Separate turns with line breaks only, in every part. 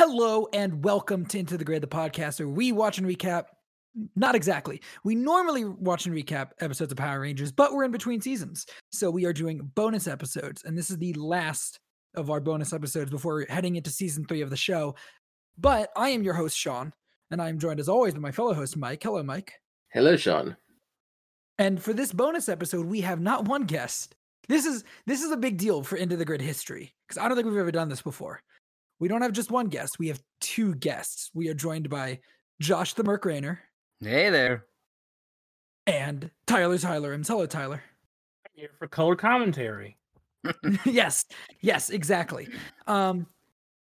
Hello and welcome to Into the Grade, the podcast where we watch and recap. Not exactly. We normally watch and recap episodes of Power Rangers, but we're in between seasons. So we are doing bonus episodes, and this is the last of our bonus episodes before heading into season three of the show. But I am your host, Sean, and I'm joined as always by my fellow host, Mike. Hello, Mike.
Hello, Sean.
And for this bonus episode, we have not one guest. This is this is a big deal for Into the Grid history because I don't think we've ever done this before. We don't have just one guest; we have two guests. We are joined by Josh the Merc Rainer
Hey there.
and Tyler Tylerims. Hello, Tyler.
here for color commentary.
yes, yes, exactly. Um,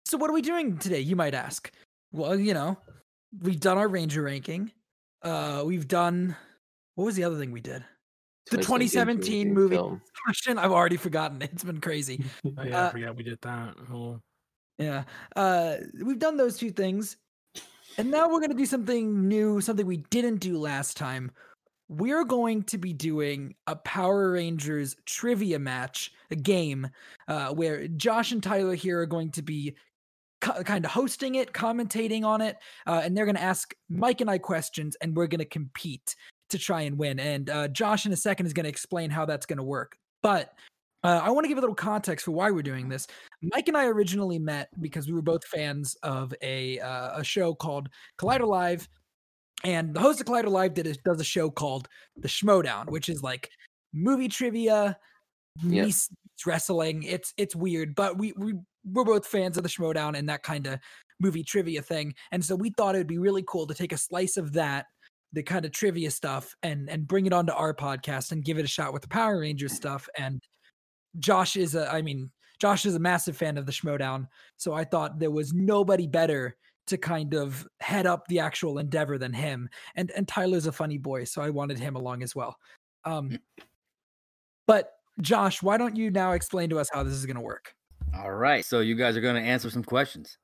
so what are we doing today? You might ask. Well, you know, we've done our Ranger ranking. Uh, we've done what was the other thing we did? The 2017 movie.
film.
Question I've already forgotten. It's been crazy.
Oh, yeah,
Uh,
I forgot we did that. Oh.
Yeah. Uh we've done those two things. And now we're going to do something new, something we didn't do last time. We're going to be doing a Power Rangers trivia match, a game uh, where Josh and Tyler here are going to be kind of hosting it, commentating on it, uh, and they're going to ask Mike and I questions, and we're going to compete to try and win. And uh, Josh in a second is going to explain how that's going to work. But uh, I want to give a little context for why we're doing this. Mike and I originally met because we were both fans of a uh, a show called Collider Live, and the host of Collider Live did a, does a show called The Schmodown, which is like movie trivia,
Yeah.
meets wrestling. It's it's weird, but we we we're both fans of the Schmodown and that kind of movie trivia thing, and so we thought it would be really cool to take a slice of that, the kind of trivia stuff, and and bring it onto our podcast and give it a shot with the Power Rangers stuff. And Josh is a, I mean, Josh is a massive fan of the Schmodown, so I thought there was nobody better to kind of head up the actual endeavor than him. And and Tyler's a funny boy, so I wanted him along as well.
Mm.
Um, but Josh, why don't you now explain to us how this is going to work?
All right. So you guys are going to answer some questions.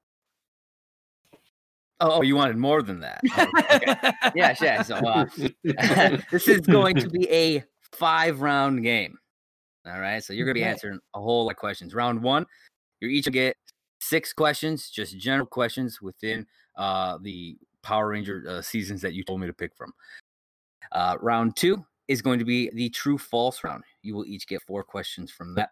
Oh, oh, you wanted more than that. Oh, okay. yeah, yeah. So
Ah.
uh, this is going to be a five round game. All right. So you're going to be
Okay.
answering a whole lot of questions. Round one, you're each going to get six questions, just general questions within uh, the Power Ranger uh, seasons that you told me to pick from. Uh, round two is going to be the true false round. You will each get four questions from that.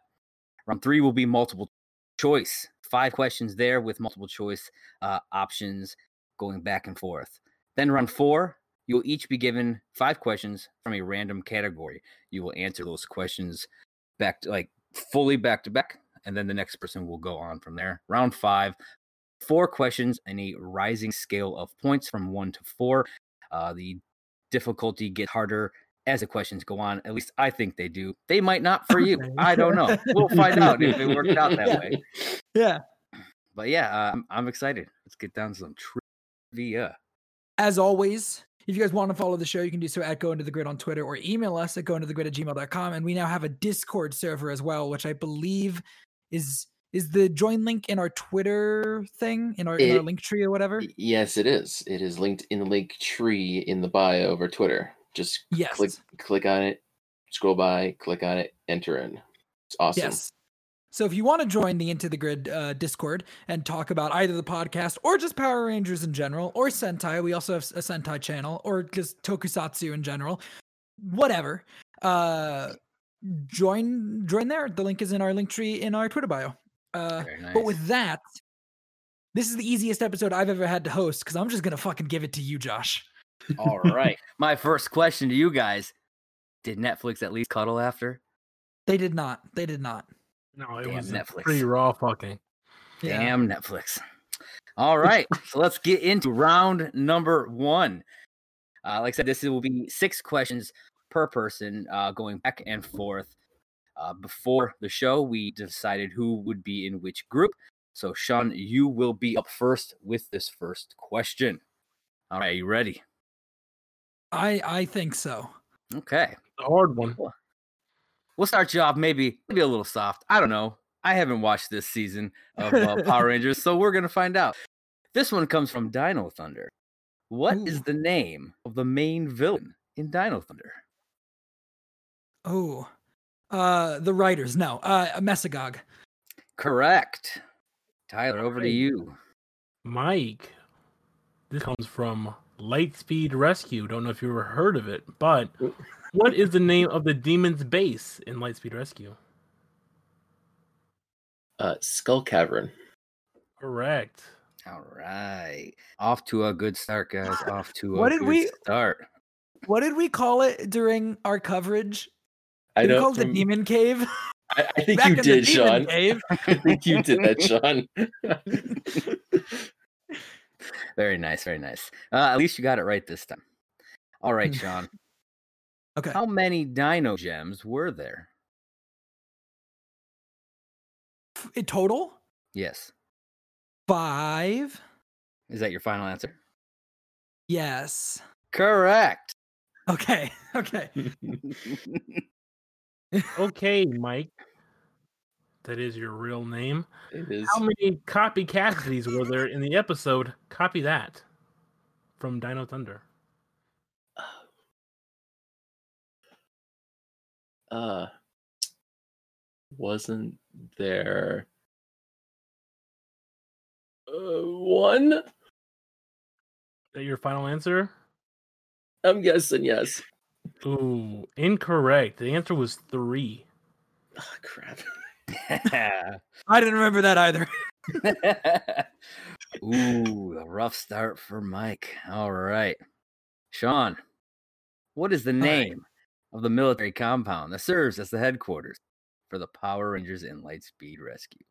Round three will be multiple choice. Five questions there with multiple choice uh, options going back and forth. Then round four, you'll each be given five questions from a random category. You will answer those questions back to, like fully back to back, and then the next person will go on from there. Round five, four questions and a rising scale of points from one to four. Uh, the difficulty gets harder as the questions go on. At least I think they do. They might not for you.
Okay.
I don't know. We'll find out if it worked out that
Yeah.
way.
Yeah.
But yeah, uh, I'm, I'm excited. Let's get down to some trivia.
As always, if you guys want to follow the show, you can do so at Go Into the Grid on Twitter or email us at gointotthegrid at gmail.com. And we now have a Discord server as well, which I believe is is the join link in our Twitter thing, in our, in our
It-
link tree or whatever.
yes, it is. It is linked in the link tree in the bio over Twitter. Just
Yes.
click click on it, scroll by, click on it, enter in. It's awesome.
Yes. So if you want to join the Into the Grid uh, Discord and talk about either the podcast or just Power Rangers in general or Sentai, we also have a Sentai channel or just Tokusatsu in general, whatever. Uh, join join there. The link is in our link tree in our Twitter bio. Uh,
Very nice.
But with that, this is the easiest episode I've ever had to host because I'm just gonna fucking give it to you, Josh.
All right. My first question to you guys Did Netflix at least cuddle after?
They did not. They did not.
No, it
Damn
was
Netflix.
pretty raw fucking.
Yeah.
Damn Netflix. All right. so let's get into round number one. Uh, like I said, this will be six questions per person uh, going back and forth. Uh, before the show, we decided who would be in which group. So, Sean, you will be up first with this first question. All right. You ready?
I I think so.
Okay.
The hard one.
We'll start you off maybe maybe a little soft. I don't know. I haven't watched this season of uh, Power Rangers, so we're gonna find out. This one comes from Dino Thunder. What is
Ooh.
the name of the main villain in Dino Thunder?
Oh, uh, the writers. No, uh, a mesagog.
Correct. Tyler, over to
Alright.
you.
Mike, this comes from Lightspeed Rescue. Don't know if you ever heard of it, but what is the name of the demon's base in Lightspeed Rescue?
Uh, Skull Cavern.
Correct.
All right. Off to a good start, guys. Off to a
What did
good
we-
start.
What did we call it during our coverage?
I
Did we
don't.
call it the
rem-
demon cave.
I, I think
Back
you
in the
did,
demon
Sean.
Cave.
I think you did that, Sean.
Very nice, very nice. Uh, at least you got it right this time. All right, Sean.
Okay.
How many dino gems were there?
F- In total,
Yes.
five.
Is that your final answer?
Yes.
Correct.
Okay. Okay.
it
Okay, Mike. That is your real name.
It is.
How many copy Cassidy's were there in the episode? Copy that from Dino Thunder.
Uh, wasn't there uh, one?
Is that your final answer?
I'm guessing yes.
Ooh, incorrect. The answer was three.
Oh, crap.
I didn't remember that either.
Ooh, a rough start for Mike. All right. Sean, what is the name of the military compound that serves as the headquarters for the Power Rangers in Lightspeed Rescue?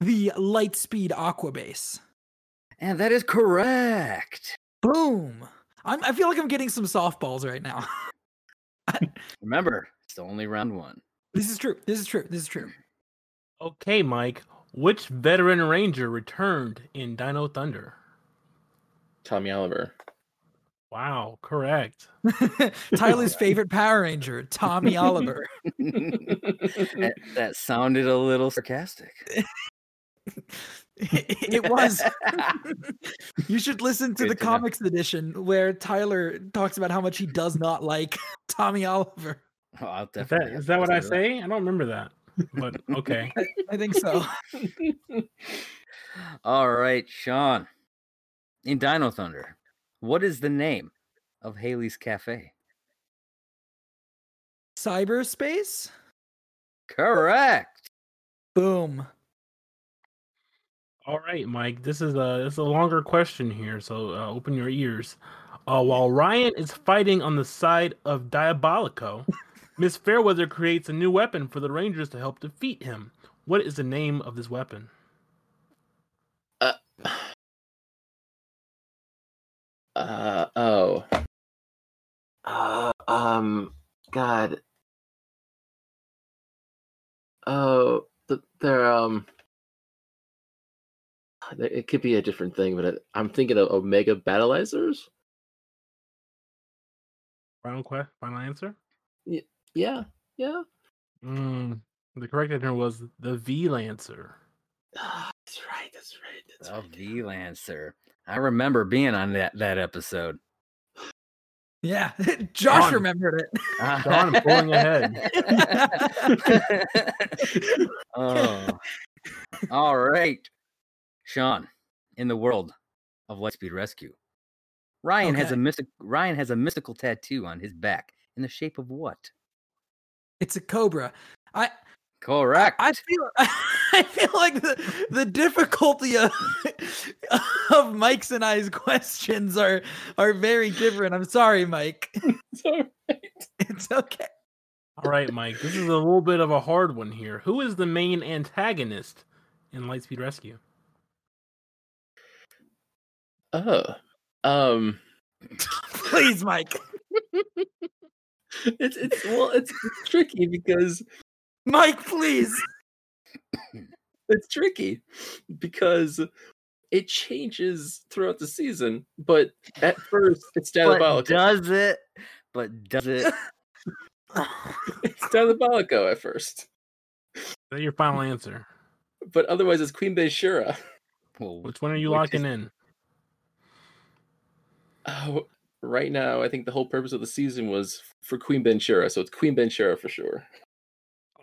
The Lightspeed Aqua Base.
And that is correct.
Boom. I'm, I feel like I'm getting some softballs right now.
Remember, it's the only round one.
this is true. This is true. This is true.
Okay, Mike. Which veteran ranger returned in Dino Thunder?
Tommy Oliver.
Wow, correct.
Tyler's favorite Power Ranger, Tommy Oliver.
that, that sounded a little sarcastic.
it was. you should listen to
Good
the
to know.
comics edition where Tyler talks about how much he does not like Tommy Oliver.
Oh, I'll
Is that
definitely have
is
to
that what I
listen to
say? I don't remember that. But okay.
I think so.
that. All right, Sean. In Dino Thunder, what is the name of Haley's Cafe?
Cyberspace?
Correct.
Boom.
All right, Mike. This is a this is a longer question here, so uh, open your ears. Uh, while Ryan is fighting on the side of Diabolico, Miss Fairweather creates a new weapon for the Rangers to help defeat him. What is the name of this weapon?
Uh oh. Uh um God. Oh, th- they're um. th- It could be a different thing, but I- I'm thinking of Omega Battleizers.
Final que- final answer.
Yeah, yeah.
Mm, the correct answer was the V Lancer.
Ah, that's right. That's right. That's
A
right.
V Lancer. Oh, I remember being on that, that episode.
Yeah. Josh
Gone.
remembered it.
Sean, pulling ahead.
oh. All right. Sean, in the world of Lightspeed Rescue, Ryan has a
Okay.
mystic Ryan has a mystical tattoo on his back in the shape of what?
It's a cobra. I
Correct.
I feel I feel like the the difficulty of of Mike's and I's questions are are very different. I'm sorry, Mike.
Sorry.
It's okay.
All right, Mike. This is a little bit of a hard one here. Who is the main antagonist in Lightspeed Rescue?
Oh, um,
Please, Mike.
it's it's well, it's, it's tricky because
Mike, please.
it's tricky because it changes throughout the season. But at first, it's
but
Diabolico.
does it? But does it?
it's Diabolico at first,
Is that your final answer?
but otherwise, it's Queen Shura.
Well,
Which one are you
Which
locking in?
Oh, right now, I think the whole purpose of the season was for Queen Shura, so it's Queen Shura for sure.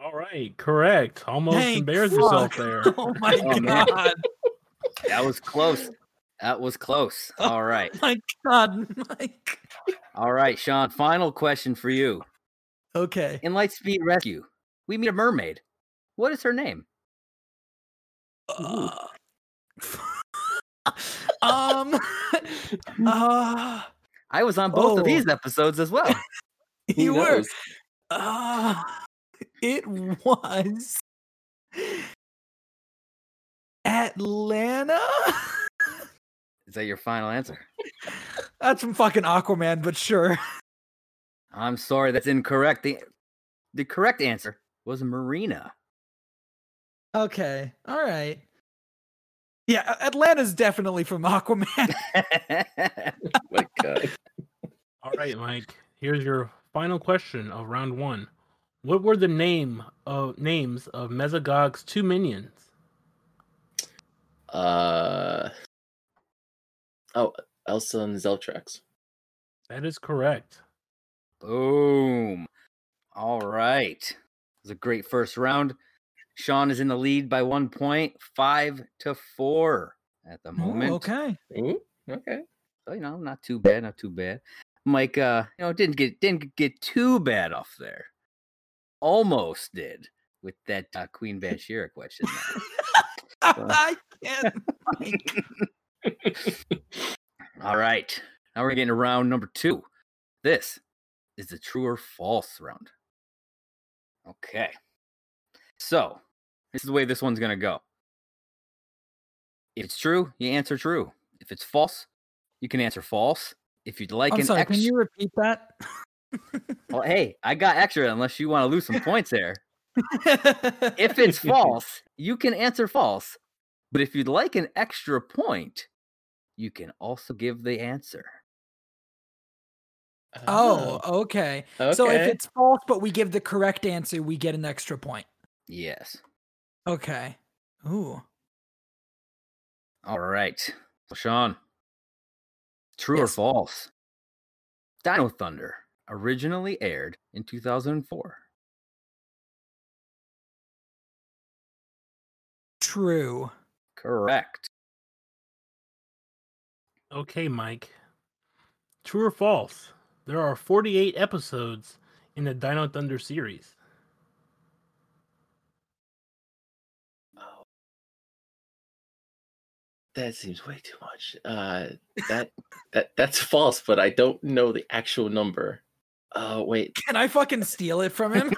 All right, correct. Almost
Thank
embarrassed
fuck.
yourself there.
Oh my
Oh, man.
god.
That was close. That was close. All right.
My God, Mike.
All right, Sean. Final question for you.
Okay.
In Lightspeed Rescue, we meet a mermaid. What is her name?
Uh, um. uh,
I was on both
Oh.
of these episodes as well.
Who
you were.
knows?
Uh, it was Atlanta.
Is that your final answer?
That's from fucking Aquaman, but sure.
I'm sorry, that's incorrect. The, the correct answer was Marina.
Okay. All right. Yeah, A- Atlanta's definitely from Aquaman.
My God.
All right, Mike. Here's your final question of round one. What were the name of names of Mesogog's two minions?
Uh, oh, Elsa and Zeltrax.
That is correct.
Boom. All right. It was a great first round. Sean is in the lead by one point, five to four at the
Ooh,
moment.
Oh, okay.
Ooh, okay.
So, you know, not too bad, not too bad. Mike, uh, you know, didn't get didn't get too bad off there. Almost did with that uh, Queen Bashira question. there.
I can't. Mike.
All right. Now we're getting to round number two. This is the true or false round. Okay. So this is the way this one's going to go. If it's true, you answer true. If it's false, you can answer false. If you'd like
I'm
an
sorry.
extra.
Can you repeat that?
Well, hey, I got extra unless you want to lose some points there. If it's false, you can answer false. But if you'd like an extra point, you can also give the answer.
oh, okay.
Ah, okay.
So if it's false, but we give the correct answer, we get an extra point.
Yes.
Okay. Ooh.
All right. So Sean, true or
Yes.
false? Dino Thunder originally aired in 2004.
True.
Correct.
Okay, Mike. True or false? There are 48 episodes in the Dino Thunder series.
that seems way too much. Uh, that that that's false, but I don't know the actual number. Oh wait,
Can I fucking steal it from him?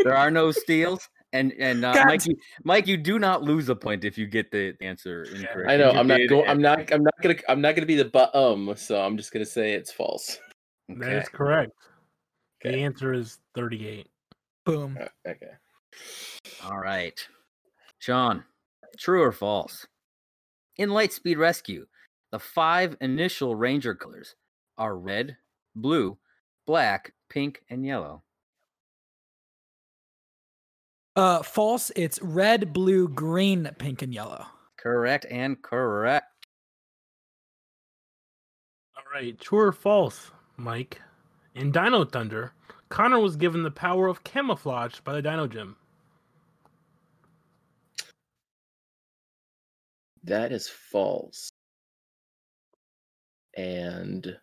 There are no steals. And and uh,
God
Mike, you, Mike, you do not lose a point if you get the answer incorrect.
I know
You
I'm not
did
going. I'm
answer-
not. I'm not gonna. I'm not gonna be the but um. So I'm just gonna say it's false.
That
Okay.
is correct. The
Okay.
answer is 38.
Boom.
Uh, Okay.
All right. Sean, true or false? In Lightspeed Rescue, the five initial Ranger colors are red, blue, black, pink, and yellow.
Uh, false. It's red, blue, green, pink, and yellow.
Correct and correct.
All right, true or false, Mike? In Dino Thunder, Connor was given the power of camouflage by the Dino Gym.
That is false. And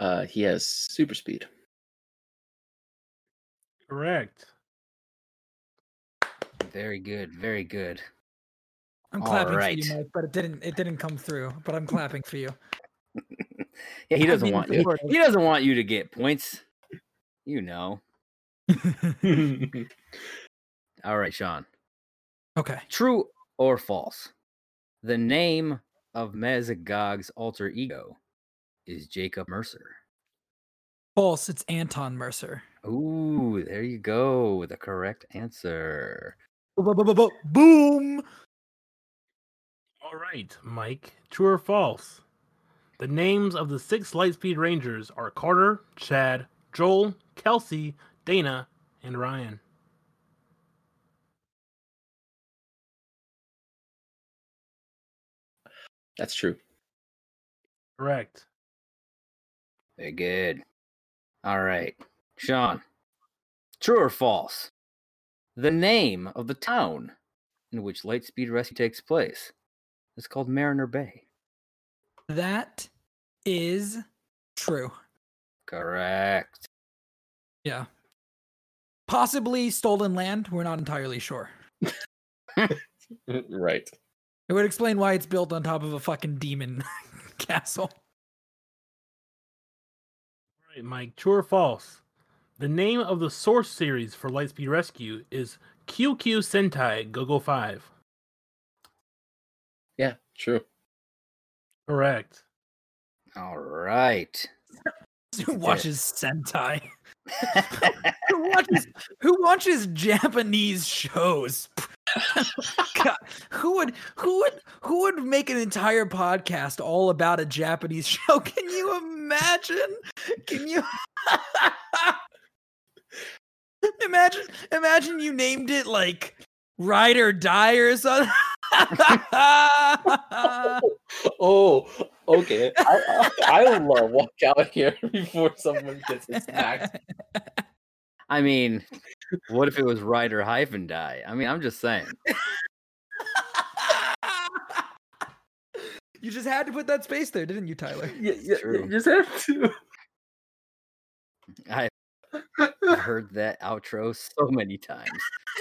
uh he has super speed.
Correct.
Very good. Very good.
I'm
All
clapping for
right.
you, Mike, but it didn't. It didn't come through. But I'm clapping for you.
Yeah, he
I'm
doesn't
being
want you.
supportive.
He doesn't want you to get points. You know. All right, Sean.
okay.
True or false? The name of Mezagog's alter ego is Jacob Mercer.
False. It's Anton Mercer.
Ooh, there you go. The correct answer.
Bo- bo- bo- bo- bo- Boom.
All right, Mike. True or false? The names of the six Lightspeed Rangers are Carter, Chad, Joel, Kelsey, Dana, and Ryan.
That's true.
Correct.
Very good. All right, Sean. True or false? The name of the town in which Lightspeed Rescue takes place It's called Mariner Bay.
That is true.
Correct.
Yeah. Possibly stolen land. We're not entirely sure.
right.
It would explain why it's built on top of a fucking demon castle.
All right, Mike. True or false? The name of the source series for Lightspeed Rescue is QQ Sentai Gogo 5.
Yeah, true.
Correct.
All right.
Who watches Sentai? Who watches who watches Japanese shows? God, who would who would who would make an entire podcast all about a Japanese show? Can you imagine? Can you imagine imagine you named it like Ride or Die or something?
Oh, okay. I, I, I love walk out here before someone gets his smacked.
I mean, what if it was Rider hyphen die? I mean, I'm just saying.
you just had to put that space there, didn't you, Tyler?
Yeah, yeah,
True.
You just have to.
I have heard that outro so many times.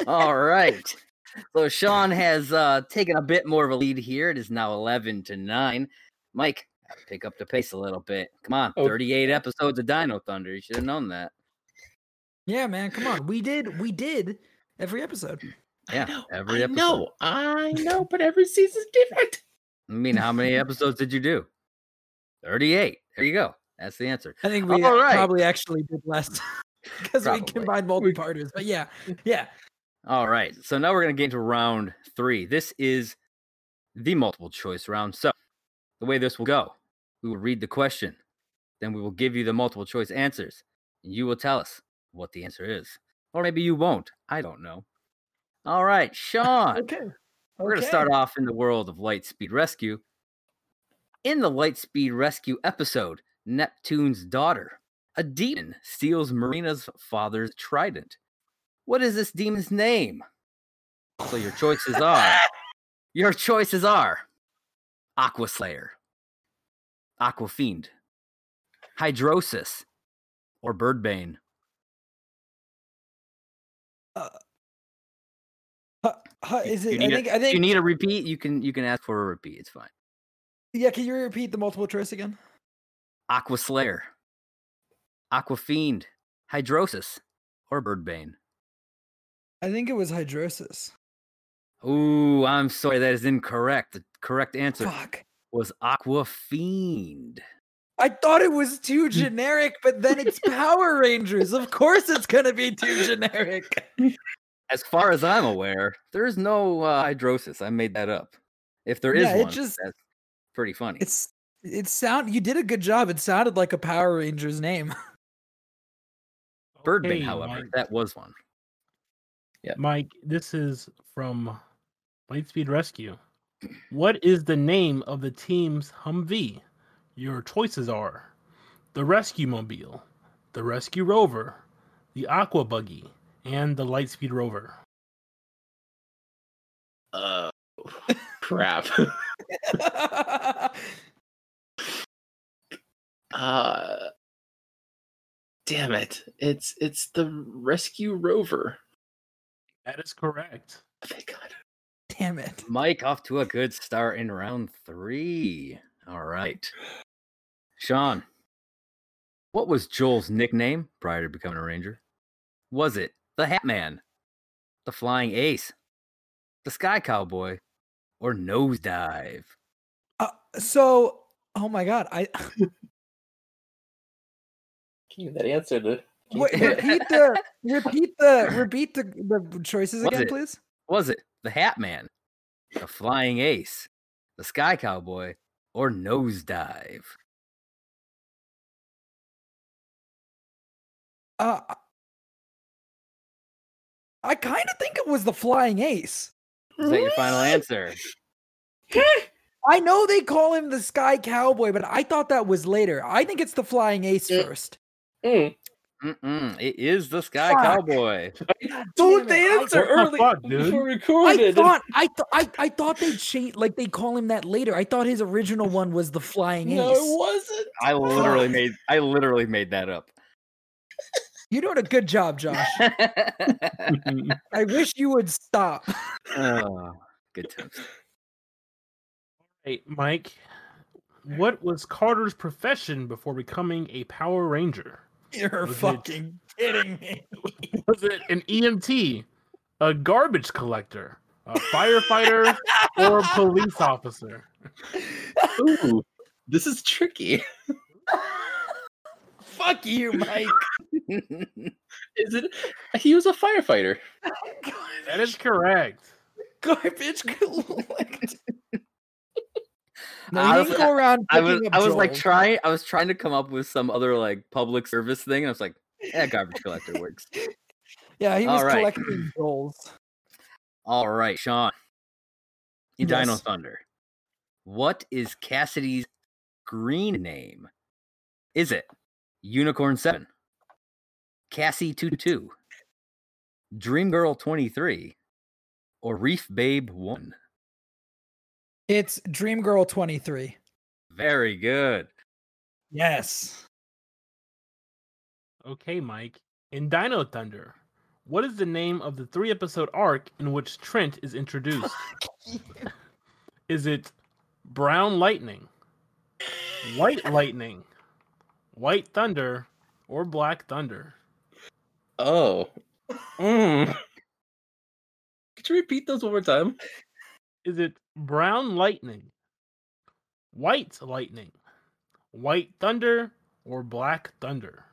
All right. So Sean has uh, taken a bit more of a lead here. It is now 11 to 9. Mike, gotta pick up the pace a little bit. Come on.
Oh.
38 episodes of Dino Thunder. You should have known that.
Yeah, man, come on. We did we did every episode.
Yeah.
I know,
Every
I
episode.
know, I know, but every season's different.
I mean, how many episodes did you do? 38. There you go. That's the answer.
I think we
All right.
probably actually did less because we
Probably.
combined multi-parters. But yeah, yeah.
All right. So now we're going to get into round three. This is the multiple choice round. So the way this will go, we will read the question, then we will give you the multiple choice answers, and you will tell us what the answer is. Or maybe you won't. I don't know. All right, Sean.
Okay.
We're going to start off in the world of Lightspeed Rescue. In the Lightspeed Rescue episode, Neptune's daughter, a demon steals Marina's father's trident. What is this demon's name? So your choices are your choices are Aqua Slayer, Aqua Fiend, Hydrosis, or Birdbane.
Huh,
You-
is
you
it I
need a-
think I
If you
think
need a repeat, you can you can ask for a repeat. It's fine.
yeah, can you repeat the multiple choice again?
Aqua Slayer, Aqua Fiend, Hydrosis, or Birdbane.
I think it was hydrosis.
Ooh, I'm sorry, that is incorrect. The correct answer
Fuck.
was Aqua Fiend.
I thought it was
Hmm.
too generic, but then it's Power Rangers. Of course it's gonna be too generic.
As far as I'm aware, there is no uh, Hydrosis. I made that up. If there is
Yeah, it
one,
just-
that's pretty funny.
It's it sound you did a good job. It sounded like a Power Rangers name.
Birdbane,
Okay,
however,
Mike.
that was one.
Mike, this is from Lightspeed Rescue. What is the name of the team's Humvee? Your choices are the Rescue Mobile, the Rescue Rover, the Aqua Buggy, and the Lightspeed Rover.
Uh, crap. Uh, damn it! It's it's the rescue rover.
That is correct.
Oh, Thank God.
Damn it.
Mike off to a good start in round three. All right. Sean, what was Joel's nickname prior to becoming a Ranger? Was it the Hat Man, the Flying Ace, the Sky Cowboy, or Nosedive?
Uh, so oh my god, I
Give me that answer to. give
Wait,
me that-
repeat the repeat the repeat the, the choices
Was
again,
it?
please.
Was it the Hat Man, the Flying Ace, the Sky Cowboy, or Nosedive?
Uh, I kind of think it was the Flying Ace.
Is that your final answer?
I know they call him the Sky Cowboy, but I thought that was later. I think it's the Flying Ace
Mm.
first.
Mm,
Mm-mm. It is the Sky
Fuck.
Cowboy.
Don't
Damn it,
they
I-
answer
What
early
the fuck, dude?
before
I
recorded?
thought I thought I, I thought they changed like they call him that later. I thought his original one was the flying
no,
ace.
it wasn't.
I literally
Fuck.
made I literally made that up.
You're doing a good job, Josh. I wish you would stop.
Oh, good times.
Hey, Mike, what was Carter's profession before becoming a Power Ranger?
You're
Okay.
fucking kidding me.
Was it an EMT, a garbage collector, a firefighter, or a police officer?
Ooh, this is tricky.
Fuck you, Mike.
Is it? He was a firefighter.
That is correct.
garbage collector. No, you
I
didn't
was-
go around.
I was
picking up
I was like
Joel.
trying I was trying to come up with some other like public service thing, and I was like, yeah, garbage collector works.
yeah, he was
all right.
collecting goals.
All right, Sean. In Dino
Yes.
Thunder, what is Cassidy's green name? Is it Unicorn 7, Cassie 22, Dream Girl 23, or Reef Babe 1?
It's Dream Girl 23.
Very good.
Yes.
Okay, Mike. In Dino Thunder, what is the name of the three episode arc in which Trent is introduced? Is it Brown Lightning, White Lightning, White Thunder, or Black Thunder?
Oh. Mm. Could you repeat those one more time?
Is it Brown Lightning, White Lightning, White Thunder, or Black Thunder?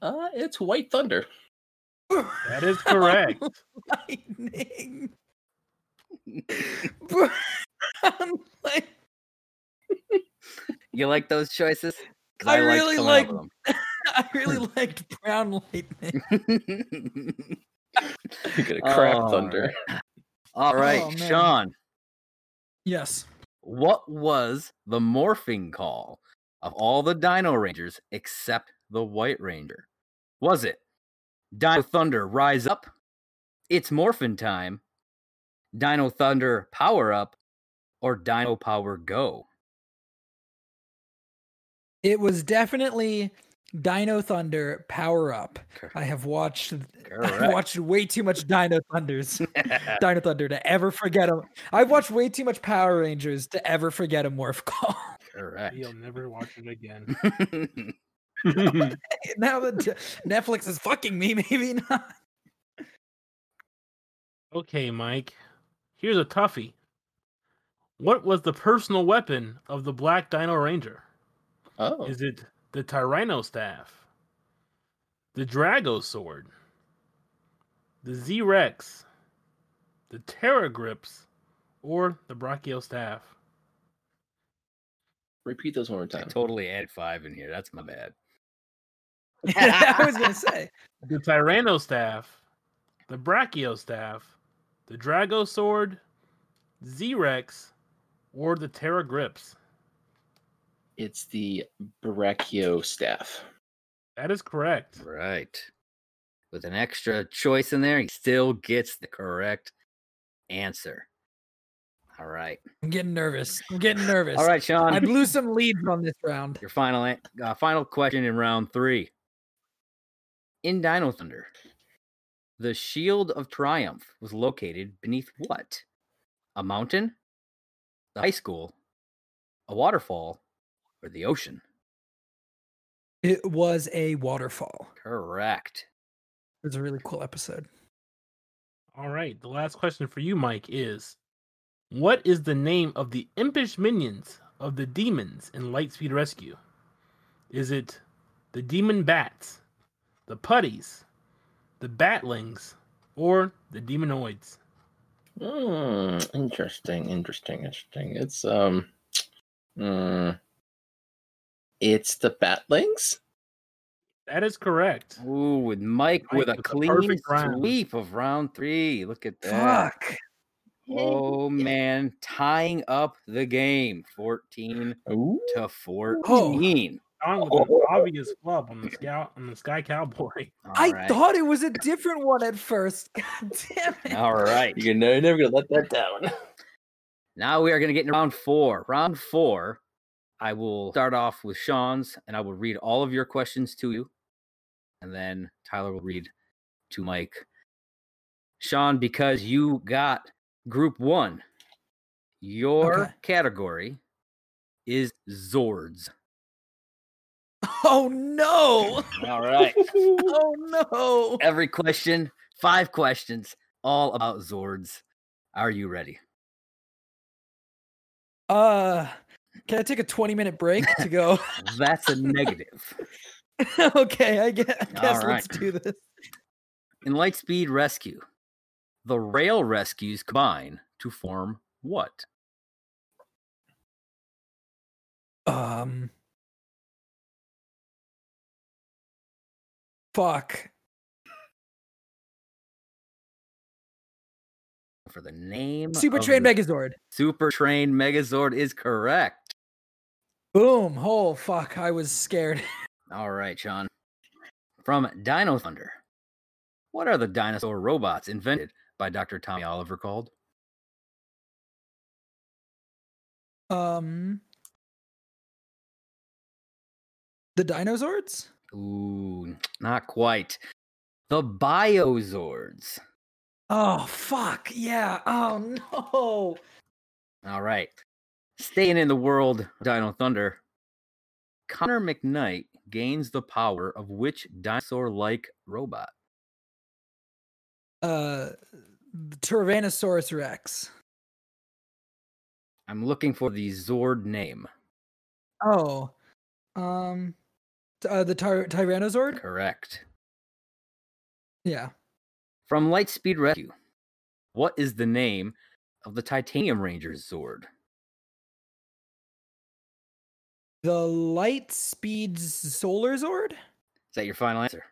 Uh, it's White Thunder.
That is correct.
lightning. Brown lightning.
You like those choices? 'Cause
I
liked
really
some of
like-
them.
I really
Hmm.
liked brown lightning.
You get a crap
Oh,
thunder.
All right,
Oh, man.
Sean.
Yes.
What was the morphing call of all the Dino Rangers except the White Ranger? Was it Dino Thunder Rise Up? It's Morphin Time. Dino Thunder Power Up or Dino Power Go?
It was definitely Dino Thunder Power Up. I have watched I've watched way too much Dino Thunders.
Correct.
Dino Thunder to ever forget him. I've watched way too much Power Rangers to ever forget a morph call.
Correct.
You'll never watch it again.
now that Netflix is fucking me, maybe not.
Okay, Mike. Here's a toughie. What was the personal weapon of the Black Dino Ranger?
Oh.
Is it the Tyranno Staff, the Drago Sword, the Z Rex, the Terra Grips, or the Brachio Staff?
Repeat those one more
I
time.
totally added five in here. That's my bad.
I was gonna say.
The Tyranno Staff, the Brachio Staff, the Drago Sword, Z Rex, or the Terra Grips?
It's the Brachio staff.
That is correct.
Right. With an extra choice in there, he still gets the correct answer. All right.
I'm getting nervous. I'm getting nervous.
All right, Sean.
I blew some leads on this round.
Your final an- uh, final question in round three. In Dino Thunder, the Shield of Triumph was located beneath what? A mountain, the high school, a waterfall, or the ocean?
It was a waterfall.
Correct.
It was a really cool episode.
All right. The last question for you, Mike, is what is the name of the impish minions of the demons in Lightspeed Rescue? Is it the demon bats, the putties, the batlings, or the demonoids?
Hmm. interesting, interesting, interesting. It's um hmm, it's the Batlings?
That is correct.
Ooh, with Mike, with
Mike
a
with the
clean
perfect round.
sweep of round three. Look at that.
Fuck.
Oh
Oh,
man, tying up the game 14
Oh,
Ooh.
to 14.
on with an obvious flub on the scout on the Sky Cowboy.
I
Alright.
thought it was a different one at first. God damn it.
All right.
You're gonna- you're never gonna let that down.
Now we are going to get into round four. Round four, I will start off with Sean's and I will read all of your questions to you. And then Tyler will read to Mike. Sean, because you got group one, your
Okay.
category is Zords.
Oh no.
All right.
Oh no.
Every question, five questions, all about Zords. Are you ready?
Uh can I take a 20 minute break to go?
That's a negative.
okay, I guess, I guess
Alright.
let's do this.
In Lightspeed Rescue, the rail rescues combine to form what?
Um Fuck.
For the name
Super
of
Train
the-
Megazord.
Super Train Megazord is correct.
Boom. Oh fuck. I was scared.
All right, Sean. From Dino Thunder, what are the dinosaur robots invented by Dr. Tommy Oliver called?
Um The Dinosaurs?
Ooh, not quite. The Biozords.
Oh fuck. Yeah. Oh no.
All right. Staying in the world, of Dino Thunder. Connor McKnight gains the power of which dinosaur like robot?
Uh Tyrannosaurus Rex.
I'm looking for the Zord name.
Oh. Um t- uh, the tyr- Tyrannosaur?
Correct.
Yeah.
From Lightspeed Rescue. What is the name of the Titanium Ranger Zord?
The light speed solar zord?
Is that your final answer?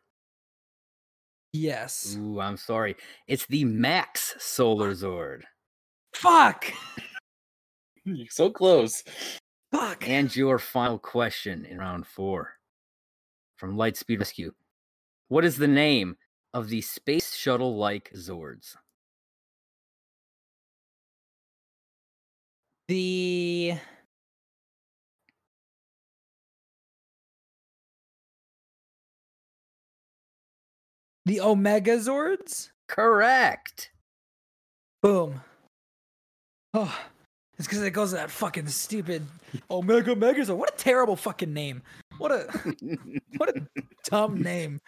Yes.
Ooh, I'm sorry. It's the Max Solar Zord.
Fuck.
You're so close.
Fuck.
And your final question in round four from Lightspeed Rescue. What is the name of the space shuttle like Zords?
The The Omega Zords?
Correct.
Boom. Oh, it's because it goes to that fucking stupid Omega Megazord. What a terrible fucking name. What a what a dumb name.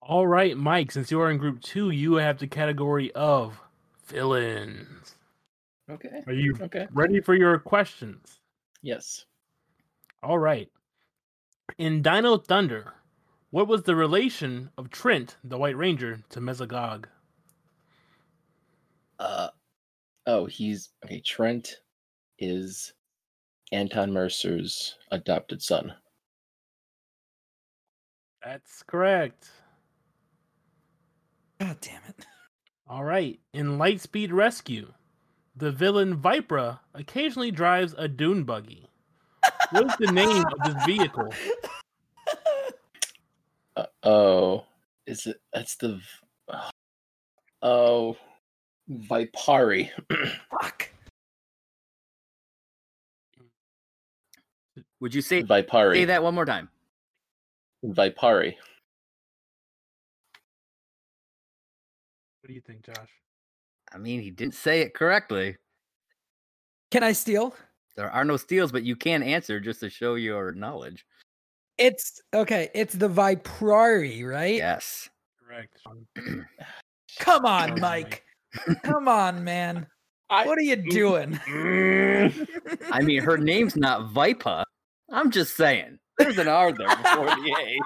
All right, Mike, since you are in group two, you have the category of villains.
Okay.
Are you
Okay.
ready for your questions?
Yes.
All right. In Dino Thunder, what was the relation of Trent, the White Ranger, to Mesogog?
Uh oh, he's okay, Trent is Anton Mercer's adopted son.
That's correct.
God damn it.
All right. In Lightspeed Rescue, the villain Vipra occasionally drives a dune buggy. What is the name of this vehicle?
Uh, oh. Is it that's the v- Oh Vipari.
Fuck.
Would you say, say
Vipari.
that one more time?
Vipari.
What do you think, Josh?
I mean, he didn't say it correctly.
Can I steal?
There are no steals, but you can answer just to show your knowledge.
It's okay. It's the Viprari, right?
Yes.
Correct. Sean.
Come
Oh
on,
my.
Mike. Come on, man.
I-
what are you doing?
I mean, her name's not Vipa. I'm just saying. There's an R there before the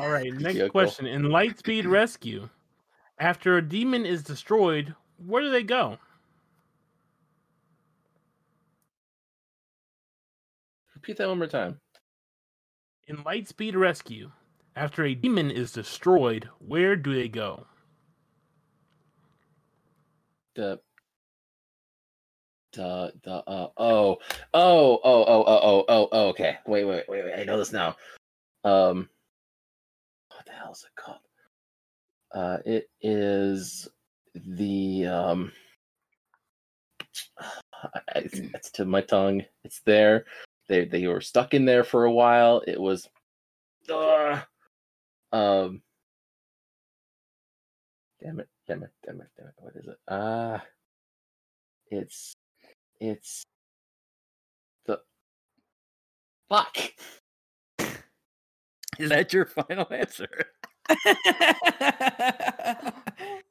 All right. Next
Vehicle.
question. In Lightspeed Rescue, after a demon is destroyed, where do they go?
Repeat that one more time.
In Lightspeed Rescue, after a demon is destroyed, where do they go?
The the the uh oh oh oh oh oh oh oh oh okay wait wait wait wait I know this now. Um, what the hell is it called? Uh, it is the um. I- I- It's, it's to my tongue. It's there. They they were stuck in there for a while. It was, Ugh. um. Damn it! Damn it! Damn it! Damn it! What is it? Ah, it's it's the fuck.
Is that your final answer?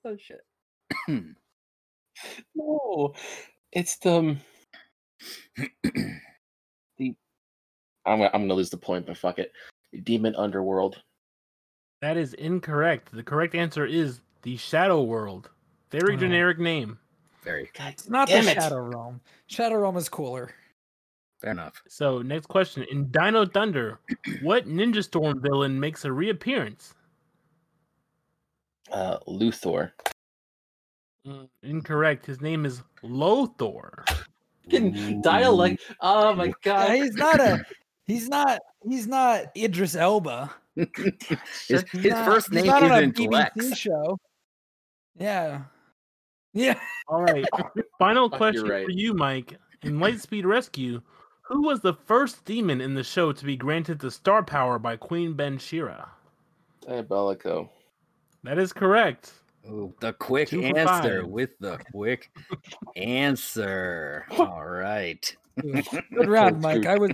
oh shit.
No, it's the um, the. I'm gonna, I'm gonna lose the point, but fuck it. Demon Underworld.
That is incorrect. The correct answer is the Shadow World. Very
Oh.
generic name.
Very
God
It's not
damn
the
it.
Shadow Realm. Shadow Realm is cooler.
fair enough.
So, next question. In Dino Thunder, what Ninja Storm villain makes a reappearance?
Uh, Luthor.
Mm, Incorrect. His name is Lothor.
Fucking dialect. Oh my
Yeah,
god.
he's not a. He's not. He's not Idris Elba.
His,
He's
his
not-
first
he's
name
not on a
isn't
BBC
Lex.
Show. Yeah. Yeah.
All right. Final
Fuck, you're
question
right.
for you, Mike. In Lightspeed Rescue, who was the first demon in the show to be granted the star power by Queen Ben Shira?
Diabolico.
That is correct.
Ooh, The quick
Two for
answer
five.
with the quick answer. All right.
Good round, Mike. I was.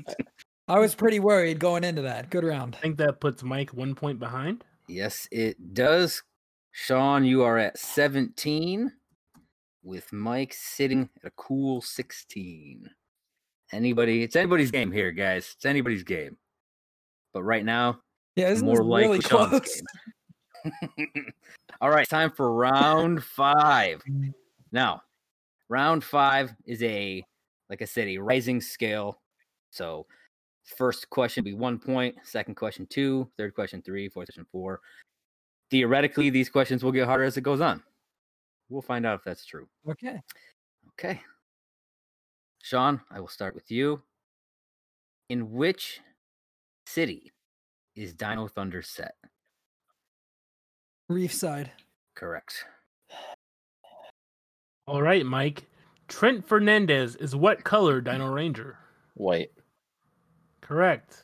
I was pretty worried going into that. Good round.
I think that puts Mike one point behind.
Yes, it does. Sean, you are at 17 with Mike sitting at a cool 16. Anybody, it's anybody's game here, guys. It's anybody's game. But right now,
Yeah, isn't
more
this
likely
really
Sean's
close?
game. All right, time for round 5. Now, round 5 is a like I said a rising scale. So, first question be 1 point, second question 2, third question 3, fourth question 4. Theoretically, these questions will get harder as it goes on. We'll find out if that's true.
Okay.
Okay. Sean, I will start with you. In which city is Dino Thunder set?
Reef side.
Correct.
All right, Mike. Trent Fernandez is what color Dino Ranger?
White.
Correct.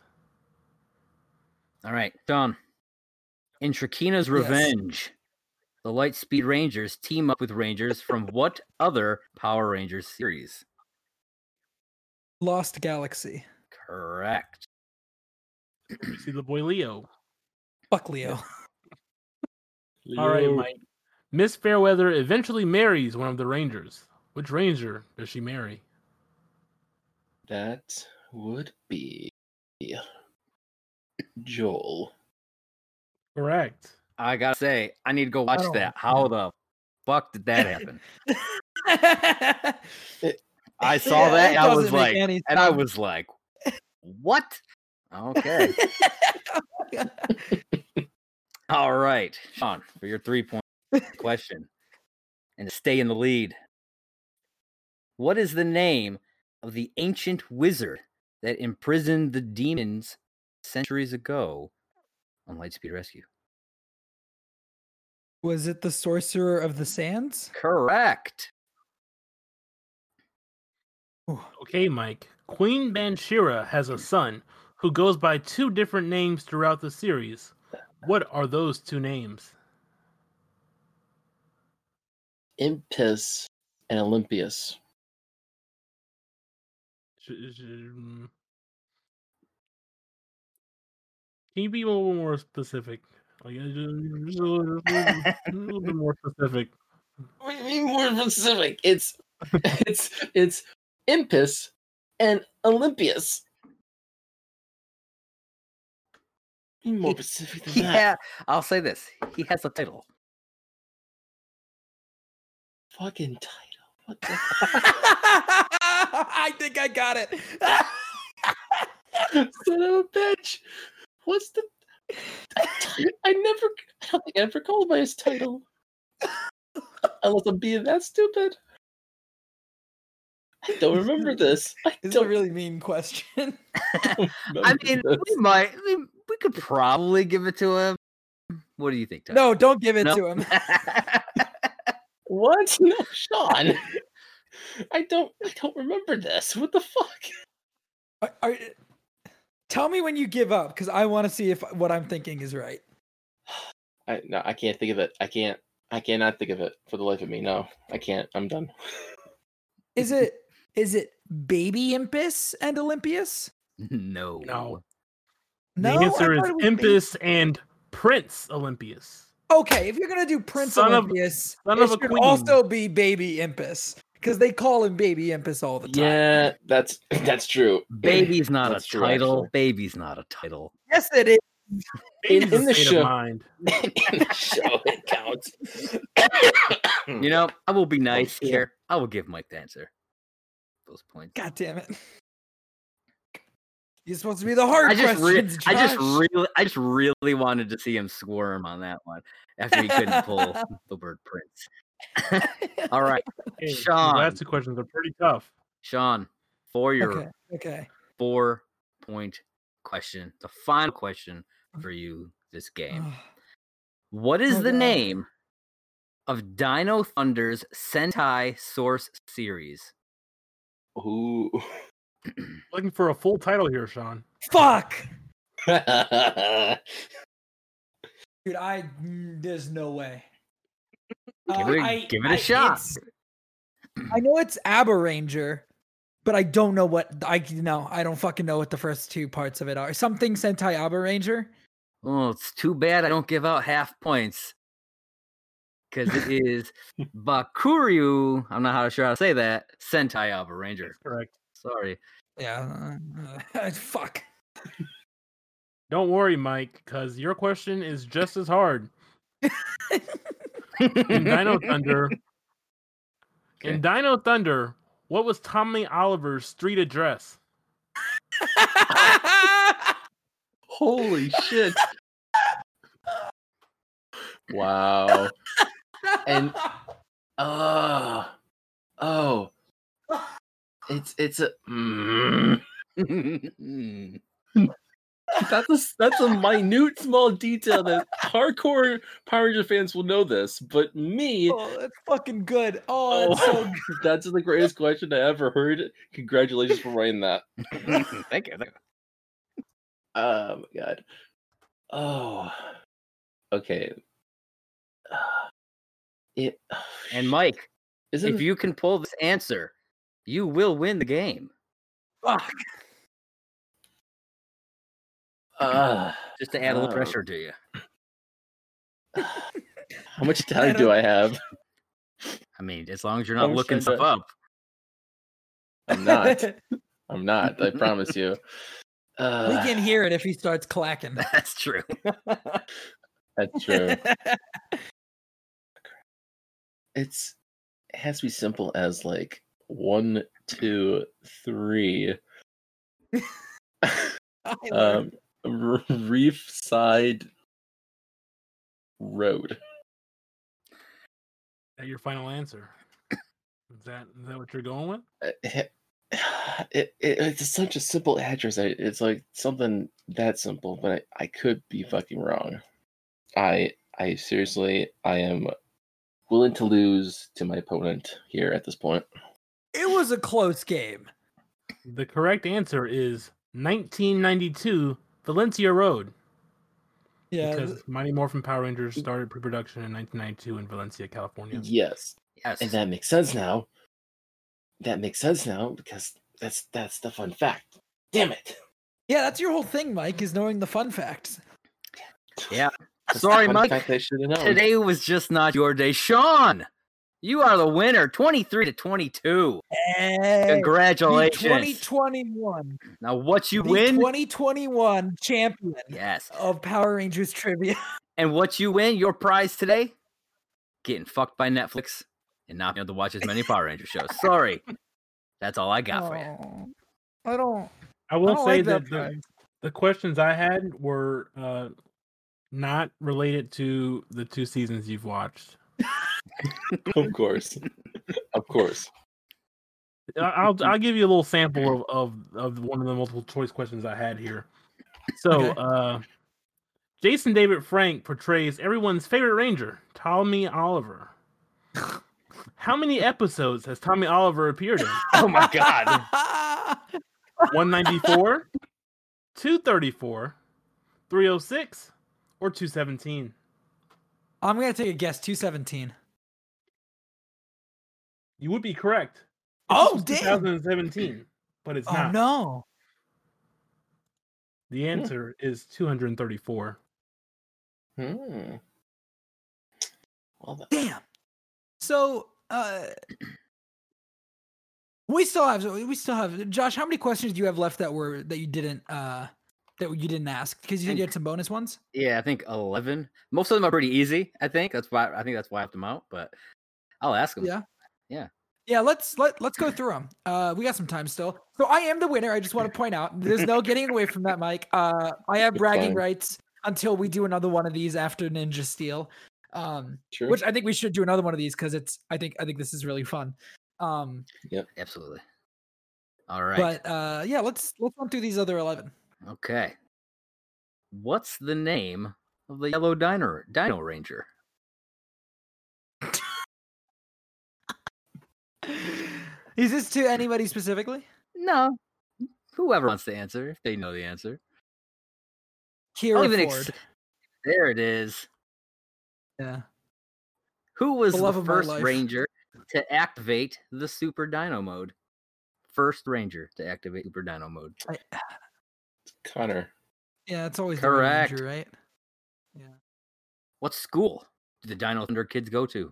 All right, Sean. In Trakina's Revenge, the Lightspeed Rangers team up with Rangers from what other Power Rangers series?
Lost Galaxy.
Correct.
You see the boy Leo.
Fuck Leo.
All right, Mike. Miss Fairweather eventually marries one of the Rangers. Which Ranger does she marry?
That would be Joel.
Correct.
I gotta say, I need to go watch
Oh,
that. How the fuck did that happen? I saw
Yeah,
that.
it
I was
doesn't make
like,
any
and I
sense.
was like, what? Okay. All right, Sean, for your three point question and to stay in the lead. What is the name of the ancient wizard that imprisoned the demons centuries ago on Lightspeed Rescue?
Was it the Sorcerer of the Sands?
Correct.
Ooh,
Okay, Mike. Queen Banshira has a son who goes by two different names throughout the series. What are those two names?
Impis and Olympius.
Sh- sh- mm. Can you be a little more specific? Like uh, ju- just a little, just a little- a little bit more specific.
What do you mean more specific? It's it's it's Impis and Olympius. Be more
He-
specific than
He
that.
ha- I'll say this. He has a title.
Fucking title. What the
I think I got it.
son of a bitch? What's the? I never. I don't think I ever called by his title. Unless I'm being that stupid. I don't remember this. I
This is a
don't
really mean question.
remember
I mean,
this.
we might. We, we could probably give it to him. What do you think, Tyler?
no, don't give it
No.
to him.
What? No, Sean. I don't I don't remember this. What the fuck?
Are- are- tell me when you give up, because I want to see if what I'm thinking is right.
I no, I can't think of it. I can't I cannot think of it for the life of me. No, I can't. I'm done.
Is it is it baby Impus and Olympias?
no.
No.
No,
the answer
I
is
thought it was baby-
Impus and Prince Olympius.
Okay, if you're gonna do Prince
Son of-
Olympius,
son
it
of a
should
queen.
also be baby Impus because they call him baby Impus all the time.
Yeah, that's that's true.
Baby's not
That's
a
true,
title.
actually.
Baby's not a title.
Yes, it is.
In-
Baby's a
in the
state
show-
of mind.
in the show it counts.
Hmm.
You know, I will
Oh,
be nice
yeah.
here. I will give Mike the answer. Those points.
God damn it. You're supposed to be the hard
I just, re-
questions.
I just
Josh.
really, I just really wanted to see him squirm on that one after he couldn't pull the word Prince. All right,
Hey, these
Sean.
last two questions are pretty tough.
Sean, for your
Okay. Okay.
four point question, the final question for you this game. What is
Oh,
the
God.
name of Dino Thunder's Sentai Source series?
Ooh.
Looking for a full title here, Sean.
Fuck,
I
dude. I mm, there's no way. Uh,
Give it a- give it a shot.
it's- I know it's Aberranger, but I don't know what I no. I don't fucking know what the first two parts of it are. Something Sentai Aberranger.
Oh, it's too bad I don't give out half points. Because it is Bakuryu. I'm not how sure how to say that. Sentai Alba Ranger.
That's correct.
Sorry.
Yeah. uh, fuck.
Don't worry, Mike, because your question is just as hard. In Dino Thunder, in Dino Thunder, what was Tommy Oliver's street address?
Holy shit. wow. And- Oh. Oh. It's it's a mm. that's a s- that's a minute small detail that hardcore Power Ranger fans will know this, but me
oh, that's fucking good. Oh, that's so
that's the greatest question I ever heard. Congratulations for writing that.
thank you. thank you.
Oh my god. Oh. Okay. Ah, It
And Mike,
isn't
if you can pull this answer, you will win the game.
fuck.
uh,
Just to add a little
Oh.
pressure to you.
how much time
I
do I have?
I mean, as long as you're not
I'm
looking
sure
stuff up.
I'm not. I'm not. I promise you. Uh,
we can hear it if he starts clacking.
That's true.
That's true. It's it has to be simple as like one, two, three.
Tyler.
Um, r- reef side road.
Is that your final answer? Is that is that what you're going with?
Uh, It, it, it- it's such a simple address. I, it's like something that simple, but I, I could be fucking wrong. I I seriously I am willing to lose to my opponent here at this point.
it was a close game.
The correct answer is 1992 Valencia Road.
Yeah.
Because Mighty Morphin Power Rangers started pre-production in 1992 in Valencia, California.
Yes.
Yes.
and that makes sense now. That makes sense now because that's that's the fun fact. Damn it!
Yeah, that's your whole thing, Mike, is knowing the fun facts.
Yeah.
That's the
Sorry,
fun
Mike.
fact I should have known.
Today was just not your day. Sean, you are the winner 23 to 22.
Hey, the
Congratulations.
2021.
Now, what you
the
win?
2021 champion
Yes.
of Power Rangers trivia.
And what you win, your prize today? Getting fucked by Netflix and not being able to watch as many Power Ranger shows. Sorry. That's all I got for you.
Aw, I don't. I
I will
don't
say
like
that,
that.
the,
prize.
the questions I had were uh, not related to the two seasons you've watched.
of course, of course.
I- I'll I'll give you a little sample of of, of one of the multiple choice questions I had here. So,
Okay.
uh, Jason David Frank portrays everyone's favorite ranger, Tommy Oliver. How many episodes has Tommy Oliver appeared in?
Oh my god.
194, 234, 306, or 217?
I'm gonna take a guess. Two seventeen.
You would be correct.
Oh
This was
damn!
2017, but it's
Oh
not.
no!
The answer is 234.
Hmm. Well, that-
Damn. So uh, we still have we still have Josh. How many questions do you have left that were that you didn't uh that you didn't ask because you said you had some bonus ones?
Yeah, I think eleven. Most of them are pretty easy. I think that's why I think that's why I have them out. But I'll ask them.
Yeah.
Yeah.
Yeah, let's let let's go through them. Uh, we got some time still. So I am the winner. I just want to point out there's no getting away from that, Mike. Uh, I have
It's
bragging
fine.
rights until we do another one of these after Ninja Steel. Um,
Sure.
which I think we should do another one of these because it's I think I think this is really fun. Um,
Absolutely. All right.
but uh, yeah, let's let's run through these other eleven.
okay. What's the name of the yellow dino Dino Ranger?
Is this to anybody specifically?
No. Whoever wants to answer, if they know the answer.
Kira
even ex-
Ford.
There it is.
yeah.
Who was
The
the,
love of my
first
life.
ranger to activate the super dino mode? First ranger to activate super dino mode.
Connor.
Yeah, it's always the Red
Correct.
Ranger, right?
What school did the Dino Thunder kids go to?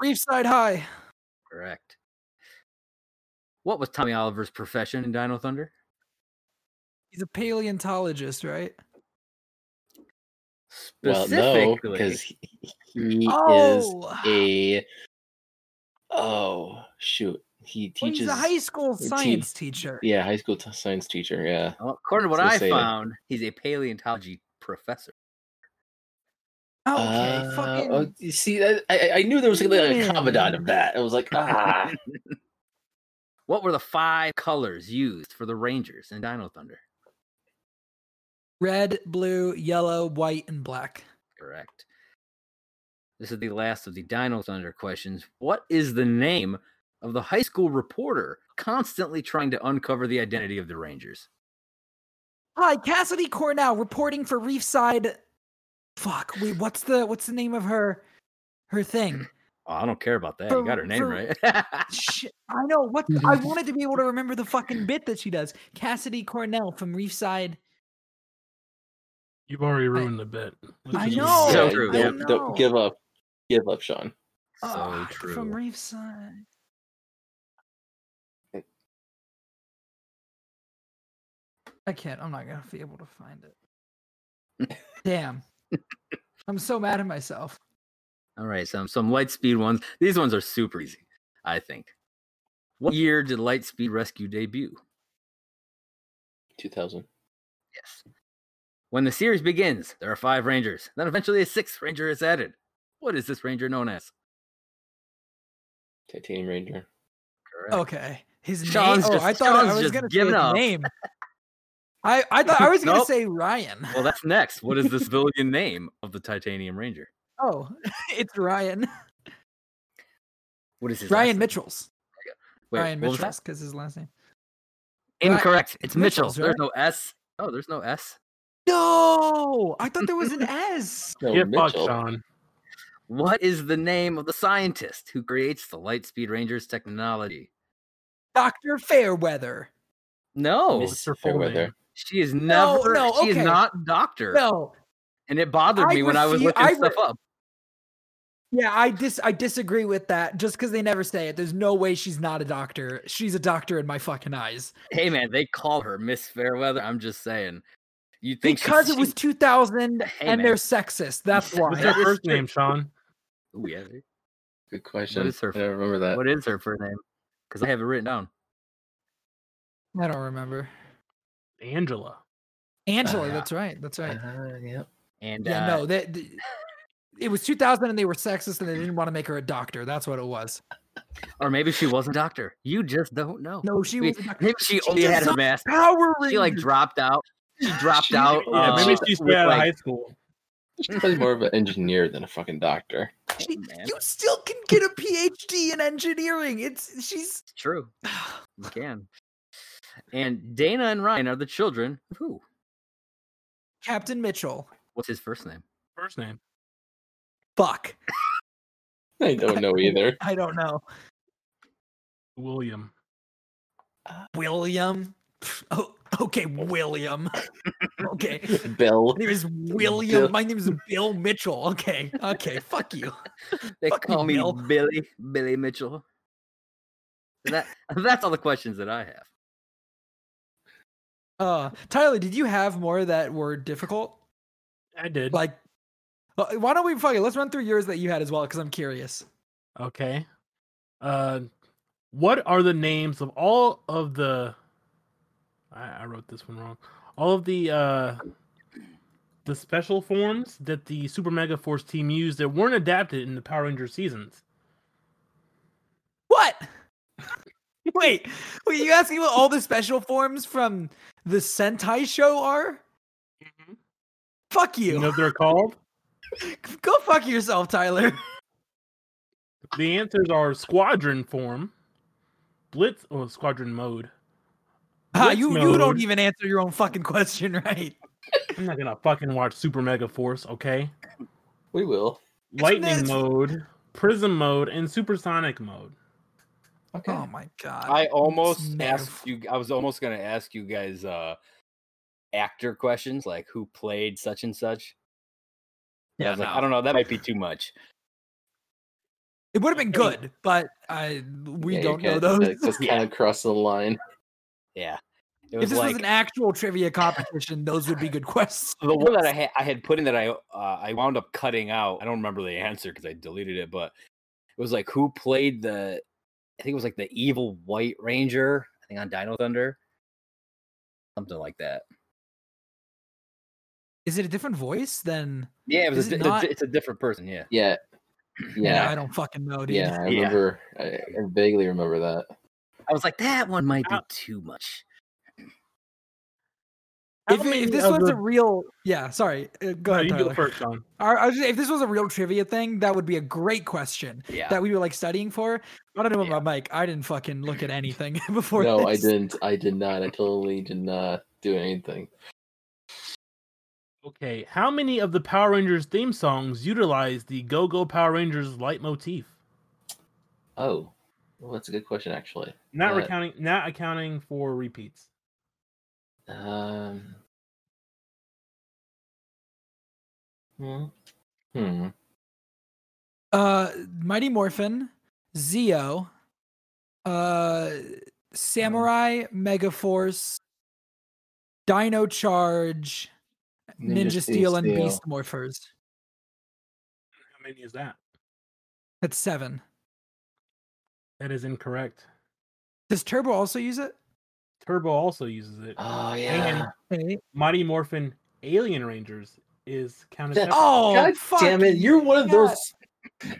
Reefside High.
Correct. What was Tommy Oliver's profession in Dino Thunder?
He's a paleontologist, right?
Well, no,
Specifically-
because he, he
Oh,
is a. Oh shoot! He
well,
teaches.
he's a high school
te-
science teacher.
yeah, high school t- science teacher. Yeah.
Well, according to what
So
I
say it.
found, he's a paleontology professor.
Okay,
Uh,
fucking. Hmm.
oh, you see, I, I I knew there was gonna be like, a commandant of
Man.
that. I was like, ah.
What were the five colors used for the Rangers in Dino Thunder?
Red, blue, yellow, white, and black.
Correct. This is the last of the Dino Thunder questions. What is the name of the high school reporter constantly trying to uncover the identity of the Rangers?
Hi, Cassidy Cornell, reporting for Reefside. Fuck. Wait, what's the what's the name of her her thing?
Oh, I don't care about that.
For-
You got her name
for-
right.
Shit, I know what I wanted to be able to remember the fucking bit that she does. Cassidy Cornell from Reefside.
You've already ruined the bit. Look
I
at you.
know.
So
Yeah,
true.
I
Don't, don't
know.
give up. Give up, Sean.
so
Ugh,
true.
Ah, From Reefside.
Eh
I can't. I'm not gonna be able to find it. Damn. I'm so mad at myself.
All right, some some light speed ones. These ones are super easy, I think. What year did Light Speed Rescue debut?
Two thousand.
Yes. When the series begins, there are five Rangers. Then eventually a sixth Ranger is added. What is this Ranger known as?
Titanium Ranger.
Correct.
Okay. His
Sean's
name. Oh,
just-
I thought
Sean's
I was
just
gonna say
giving
his
up.
name. I, I thought I was gonna
Nope.
say Ryan.
Well, that's next. What is the civilian name of the Titanium Ranger?
Oh, it's Ryan.
What is his last
Ryan
name?
Mitchell's.
Wait,
Ryan
what was
Mitchell's because his last name.
that? Incorrect. It's Mitchell.
Mitchell's,
There's no S. Oh, there's no S.
No, I thought there was an S.
No,
Get fucked,
Mitchell.
Sean.
What is the name of the scientist who creates the Light Speed Rangers technology?
Doctor Fairweather.
No.
What's her full
Fairweather.
name?
She is
No,
never.
no,
She is
okay.
not doctor.
No,
And it bothered
I
me when I was
refu-
looking
I
stuff
re-
up.
yeah, I dis I disagree with that. Just because they never say it, there's no way she's not a doctor. She's a doctor in my fucking eyes.
Hey man, they call her Miss Fairweather. I'm just saying. You think she-
because it
she-
was 2000
Hey,
and
man.
they're sexist. That's
said-
why.
What's
That
her
is
first
true.
name, Sean?
Ooh, yeah, they-
Good question.
is her
I don't remember that.
What is her first name? Because I have it written down.
I don't remember.
Angela.
Angela,
yeah.
that's right. That's right.
Uh, yep.
And
Yeah,
uh,
no, that th- it was 2000 and they were sexist and they didn't want to make her a doctor. That's what it was.
Or maybe she wasn't a doctor. You just don't know.
No, she
Maybe-
was a doctor.
Maybe she only
just
had
saw
her mask.
Power Rangers.
Oh, She like dropped out. She dropped
She-
out.
Oh,
yeah,
Yeah, maybe
uh,
she's
with,
way out of
like-
high school.
She's more of an engineer than a fucking doctor.
She-
man.
you still can get a PhD in engineering. It's she's
It's true. You can. And Dana and Ryan are the children of who?
Captain Mitchell.
What's his first name?
First name.
Fuck.
I don't know either.
I don't know.
William.
William. Oh, okay, William. Okay.
Bill.
My name is William.
Bill.
My name is Bill Mitchell. Okay. Okay. Fuck you.
They
Fuck you,
call me
Bill.
Billy, Billy Mitchell. That that's all the questions that I have.
Uh, Tyler, did you have more that were difficult?
I did.
Like, uh, why don't we fuck it? Let's run through yours that you had as well, because I'm curious.
Okay. Uh, what are the names of all of the? I, I wrote this one wrong. All of the uh, the special forms that the Super Mega Force team used that weren't adapted in the Power Ranger seasons.
What? wait, wait. You asking what all the special forms from the Sentai show are? Fuck
You
you.
know what they're called?
Go fuck yourself, Tyler.
The answers are Squadron form, Blitz or Squadron mode.
Ah,
Blitz
you you don't
mode.
even answer your own fucking question right.
I'm not gonna fucking watch Super Mega Force, okay?
We will.
Lightning
it's-
mode, Prism mode, and Supersonic mode.
Okay.
Oh my god.
I almost
Metaphor.
asked you. I was almost gonna ask you guys uh actor questions, like who played such and such. Yeah, I, was like, I don't know. That might be too much.
It would have been good, but I we
Yeah, you
don't know
can't-
those.
That's just kind of cross the line.
Yeah, it
If
was
this
like
was an actual trivia competition, those would be good questions.
the one that I had, I had put in that I uh, I wound up cutting out. I don't remember the answer because I deleted it, but it was like who played the. I think it was like the evil White Ranger. I think on Dino Thunder, something like that.
Is it a different voice than?
Yeah, it was.
Is
A, di-
it
it's a
not-
di- it's a different person. Yeah.
Yeah.
Yeah, I
Yeah.
don't fucking know, dude.
Yeah. I
Yeah.
remember. I, I vaguely remember that.
I was like, that one might be
Ow.
too much.
How
If, it-
many
if this
of
was
the-
a real, yeah, sorry, uh, go
Oh, No,
ahead,
you do
Tyler.
it first, Sean.
Our- our- if this was a real trivia thing, that would be a great question
Yeah.
that we were like studying for. I don't know
Yeah.
about Mike. I didn't fucking look at anything before.
No, I
this.
didn't. I did not. I totally did not do anything.
Okay, how many of the Power Rangers theme songs utilize the Go Go Power Rangers leitmotif?
Oh, well, that's a good question, actually.
Not
Right.
recounting, not accounting for repeats.
Um. Hmm. Hmm.
Uh, Mighty Morphin, Zeo, uh, Samurai, Megaforce, Dino Charge, Ninja, Steel, and Beast Morphers.
How many is that?
That's seven.
That is incorrect.
Does Turbo also use it?
Turbo also uses it.
Oh
And
yeah.
Hey.
Mighty Morphin Alien Rangers is counted.
That-
separate.
Oh,
God
fuck
damn it! You're one of
yeah.
those.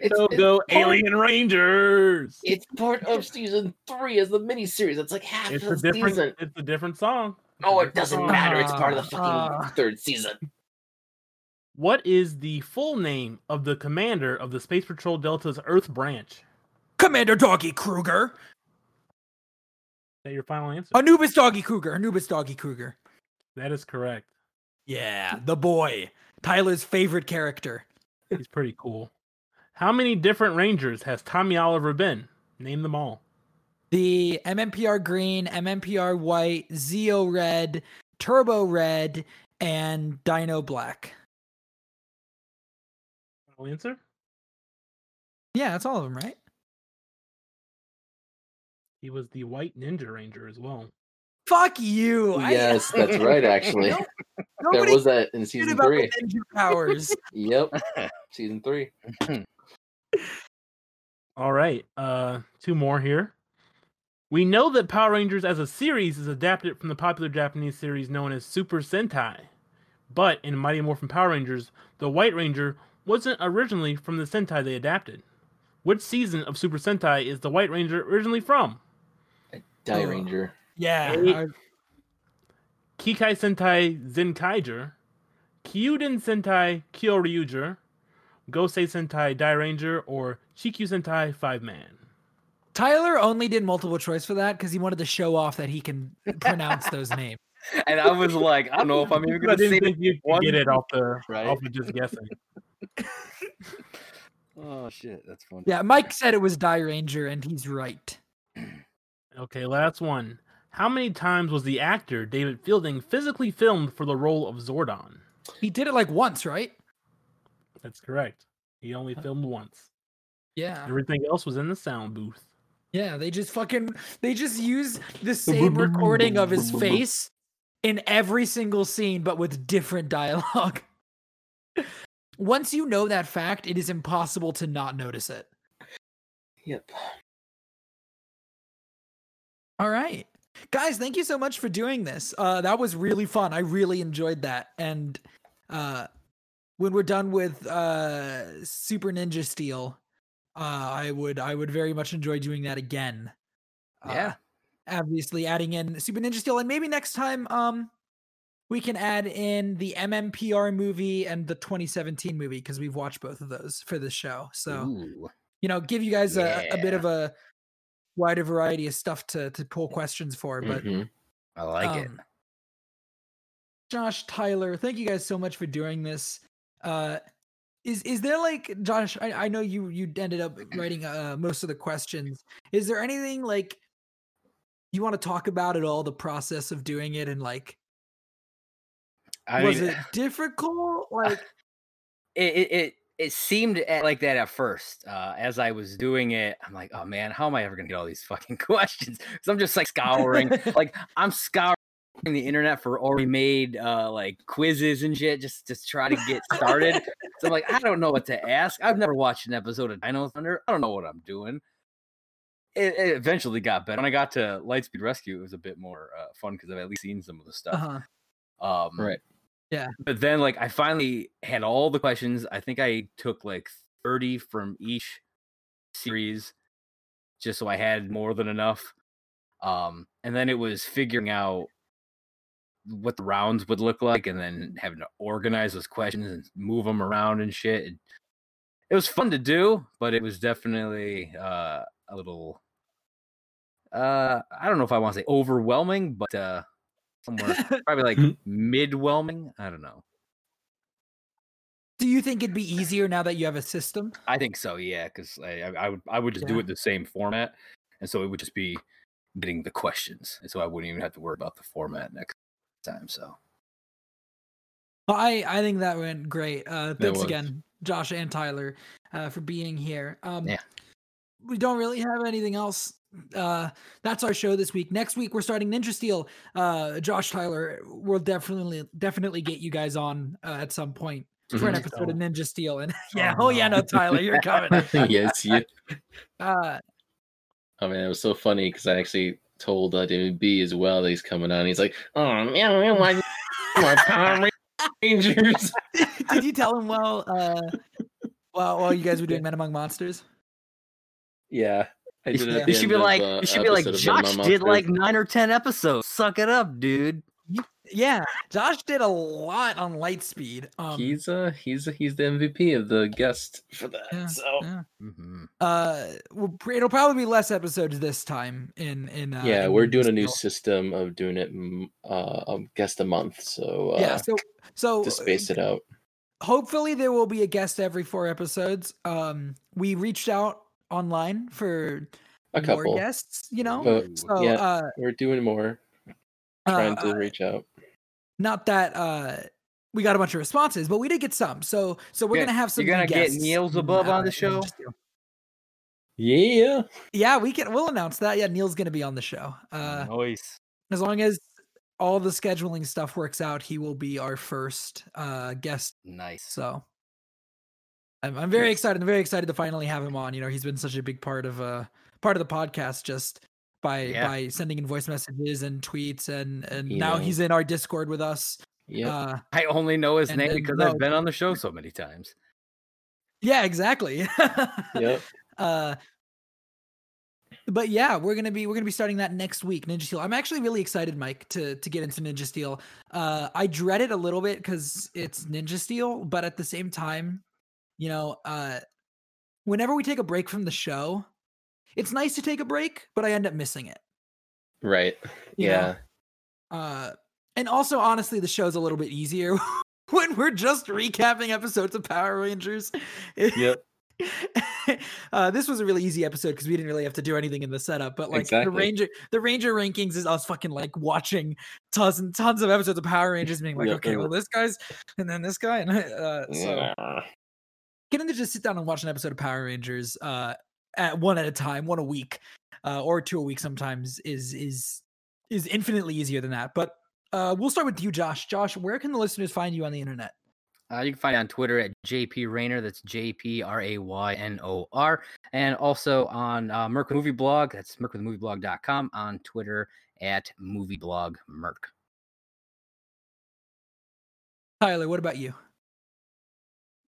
It's, oh,
Go
it's
Go
part-
Alien Rangers!
It's part of season three as the miniseries. It's like half
It's a
of the
different.
season.
It's a different song.
Oh, it doesn't matter. It's part of
Ah,
the fucking
Uh,
ah.
third season.
What is the full name of the commander of the Space Patrol Delta's Earth branch?
Commander Doggy Kruger,
Is that your final answer?
Anubis Doggy Kruger, Anubis Doggy Kruger.
That is correct.
Yeah, the boy, Tyler's favorite character.
He's pretty cool. How many different Rangers has Tommy Oliver been? Name them all.
The MMPR Green, MMPR White, Zeo Red, Turbo Red, and Dino Black.
Final answer?
Yeah, that's all of them, right?
He was the White Ninja Ranger as well.
Fuck you. I-
Yes, that's right. Actually,
Nope,
there
nobody
was that in
cared
season
about
three.
the ninja powers.
Yep, season three.
Oh,
All right. Uh two more here. We know that Power Rangers as a series is adapted from the popular Japanese series known as Super Sentai. But in Mighty Morphin Power Rangers, the White Ranger wasn't originally from the Sentai they adapted. Which season of Super Sentai is the White Ranger originally from?
Die
Ugh.
Ranger.
Yeah.
Eight.
I-
Kikai Sentai Zenkaiger, Kyuden Sentai Kyoryuger, Gosei Sentai Dairanger, or Chikyu Sentai Five Man.
Tyler only did multiple choice for that because he wanted to show off that he can pronounce those names.
And I was like, I don't know if I'm even
I
gonna say
didn't think you could
one-
get it off the
Right.
off of just guessing.
Oh shit, that's funny.
Yeah, Mike said it was Die Ranger, and he's right.
Okay, last one. How many times was the actor David Fielding physically filmed for the role of Zordon?
He did it like once, right?
That's correct. He only filmed once.
Yeah.
Everything else was in the sound booth.
Yeah, they just fucking they just used the same recording of his face in every single scene but with different dialogue. Once you know that fact, it is impossible to not notice it.
Yep.
All right. Guys, thank you so much for doing this. Uh that was really fun. I really enjoyed that. And uh when we're done with uh Super Ninja Steel, uh I would I would very much enjoy doing that again. Uh,
Yeah.
obviously adding in Super Ninja Steel, and maybe next time, um, we can add in the MMPR movie and the 2017 movie because we've watched both of those for this show. So
Ooh.
you know, give you guys a, a bit of a wider variety of stuff to to pull questions for. But
Mhm.
Mm-hmm. I like it.
um, Josh Tyler, thank you guys so much for doing this. Uh, is is there like Josh? I, I know you you ended up writing uh, most of the questions. Is there anything like you want to talk about at all? The process of doing it and like
I
was
mean,
it difficult? Like
it it, it it seemed at, like that at first. Uh, as I was doing it, I'm like, oh man, how am I ever gonna get all these fucking questions? Because I'm just like scouring, like I'm scouring the internet for already made uh, like quizzes and shit, just just try to get started. so I'm like, I don't know what to ask. I've never watched an episode of Dino Thunder. I don't know what I'm doing. It, it eventually got better. When I got to Lightspeed Rescue, it was a bit more uh, fun because I've at least seen some of the stuff.
uh-huh.
Um,
Right.
Yeah.
But then, like, I finally had all the questions. I think I took like 30 from each series just so I had more than enough. Um, and then it was figuring out what the rounds would look like and then having to organize those questions and move them around and shit. It, it was fun to do, but it was definitely uh, a little, uh, I don't know if I want to say overwhelming, but uh, somewhere probably like
Mhm.
midwhelming. I don't know.
do you think it'd be easier now that you have a system?
I think so, yeah, because I, I, I would I would just do
Yeah.
it the same format, and so it would just be getting the questions, and so I wouldn't even have to worry about the format next time. So
Well, I I think that went great. Uh, thanks
was.
again, Josh and Tyler, uh, for being here. Um,
Yeah.
We don't really have anything else. Uh, that's our show this week. Next week we're starting Ninja Steel. Uh, Josh Tyler, we'll definitely definitely get you guys on uh, at some point for an
Mhm.
episode of Ninja Steel. And
Oh,
yeah, oh yeah,
no.
no, Tyler, you're coming.
yes, yeah.
Uh,
I mean, it was so funny because I actually told uh, David B as well that he's coming on. He's like, "Oh man, man my, my Power Rangers."
did you tell him while uh, while while you guys were doing Men Among Monsters?
Yeah, I
you
did. it at
Yeah.
the
should
end
be
of,
like
uh,
you should be like
episode of Venom
Josh
on
did
Monsters."
like nine or ten episodes. Suck it up, dude.
Yeah, Josh did a lot on Lightspeed. Um,
he's uh he's he's the MVP of the guest for that.
Yeah,
so
yeah.
Mhm.
uh we'll, pr- it'll probably be less episodes this time in in uh,
yeah,
in
we're
Ninja
doing a new
Steel.
system of doing it m- uh a guest a month. So uh,
yeah so so
to space it out.
hopefully there will be a guest every four episodes um we reached out online for
A
more
couple.
guests you know
But
Ooh.
so
yeah,
uh,
we're doing more,
uh,
trying
uh,
to reach out.
not that uh we got a bunch of responses but we did get some so so we're
Yeah,
gonna have some
you're gonna
new
get
guests
Niels
in,
Above on
uh,
the
in
show?
Ninja Steel.
Yeah.
yeah we can we'll announce that yeah neil's gonna be on the show
Oh,
uh
Nice.
as long as all the scheduling stuff works out, he will be our first uh, guest.
Nice.
So I'm, I'm very excited. I'm very excited to finally have him on. You know, he's been such a big part of uh, part of the podcast just by
Yeah.
by sending in voice messages and tweets, and and now he's in our Discord with us.
Yeah.
Uh,
I only know his
And
name
then
because
no.
I've been on the show so many times.
yeah, exactly.
yep.
Uh, but yeah, we're gonna be we're gonna be starting that next week, Ninja Steel. I'm actually really excited, Mike, to to get into Ninja Steel. Uh, I dread it a little bit because it's Ninja Steel, but at the same time, you know, uh, whenever we take a break from the show, it's nice to take a break, but I end up missing it.
Right.
you know?
Yeah.
Uh, and also, honestly, the show's a little bit easier when we're just recapping episodes of Power Rangers.
Yep.
uh, this was a really easy episode because we didn't really have to do anything in the setup. But like the
Exactly.
ranger, the ranger rankings is us fucking like watching tons and tons of episodes of Power Rangers, being like,
Yeah,
okay,
they
well
were-
this guy's and then this guy, and uh, so getting to just sit down and watch an episode of Power Rangers uh, at one at a time, one a week, uh, or two a week sometimes is is is infinitely easier than that. But uh, we'll start with you, Josh. Josh, where can the listeners find you on the internet?
Uh, you can find it on Twitter at JP Raynor. That's J P R A Y N O R. And also on uh, Merc with Movie Blog. That's mercwithmovieblog.com. On Twitter at movieblog merc.
Tyler, what about you?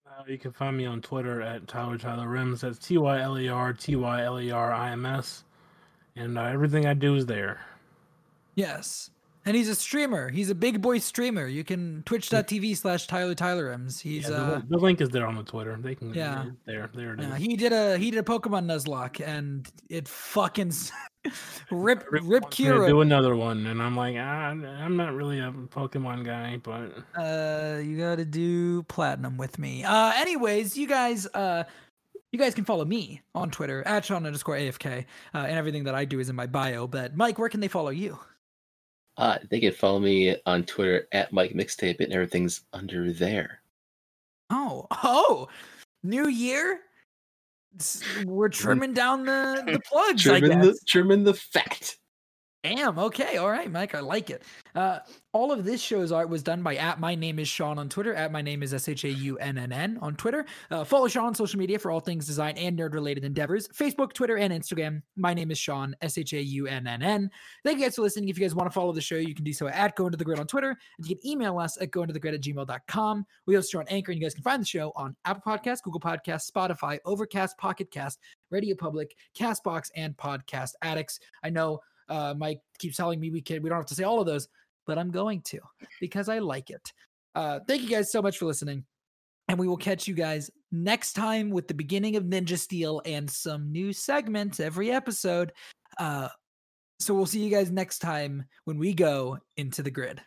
Uh, you can find me on Twitter at Tyler Tyler Rims. That's T Y L E R T Y L E R I M S, and uh, everything I do is there.
Yes. And he's a streamer. He's a big boy streamer. You can twitch.tv slash Tyler Tylerms. He's
Yeah, the,
uh
li- the link is there on the Twitter. They can
yeah.
yeah there there it is.
yeah, he did a he did a Pokemon Nuzlocke and it fucking s- rip
Rick
rip
wants me to
Kira
do another one, and I'm like, ah, I'm not really a Pokemon guy, but
Uh, you gotta do platinum with me. Uh, anyways, you guys, uh, you guys can follow me on Twitter at Sean underscore AFK, uh, and everything that I do is in my bio. But Mike, where can they follow you?
Uh, they can follow me on Twitter at Mike Mixtape, and everything's under there.
Oh, oh, new year. S- We're trimming down the the plugs. I
Trimming
guess.
the trimming the fat.
Damn. Okay. All right, Mike. I like it. Uh, all of this show's art was done by at my name is Sean on Twitter. At my name is S H A U N N N on Twitter. Uh, follow Sean on social media for all things design and nerd related endeavors Facebook, Twitter, and Instagram. My name is Sean, S H A U N N N. Thank you guys for listening. If you guys want to follow the show, you can do so at Go Into the Grid on Twitter. And you can email us at gointothegrid at gmail.com. We host the show on Anchor, and you guys can find the show on Apple Podcasts, Google Podcasts, Spotify, Overcast, Pocket Cast, Radio Public, Castbox, and Podcast Addicts. I know uh, Mike keeps telling me we can we don't have to say all of those, but I'm going to because I like it. Uh, thank you guys so much for listening, and we will catch you guys next time with the beginning of Ninja Steel and some new segments every episode. Uh, so we'll see you guys next time when we go into the grid.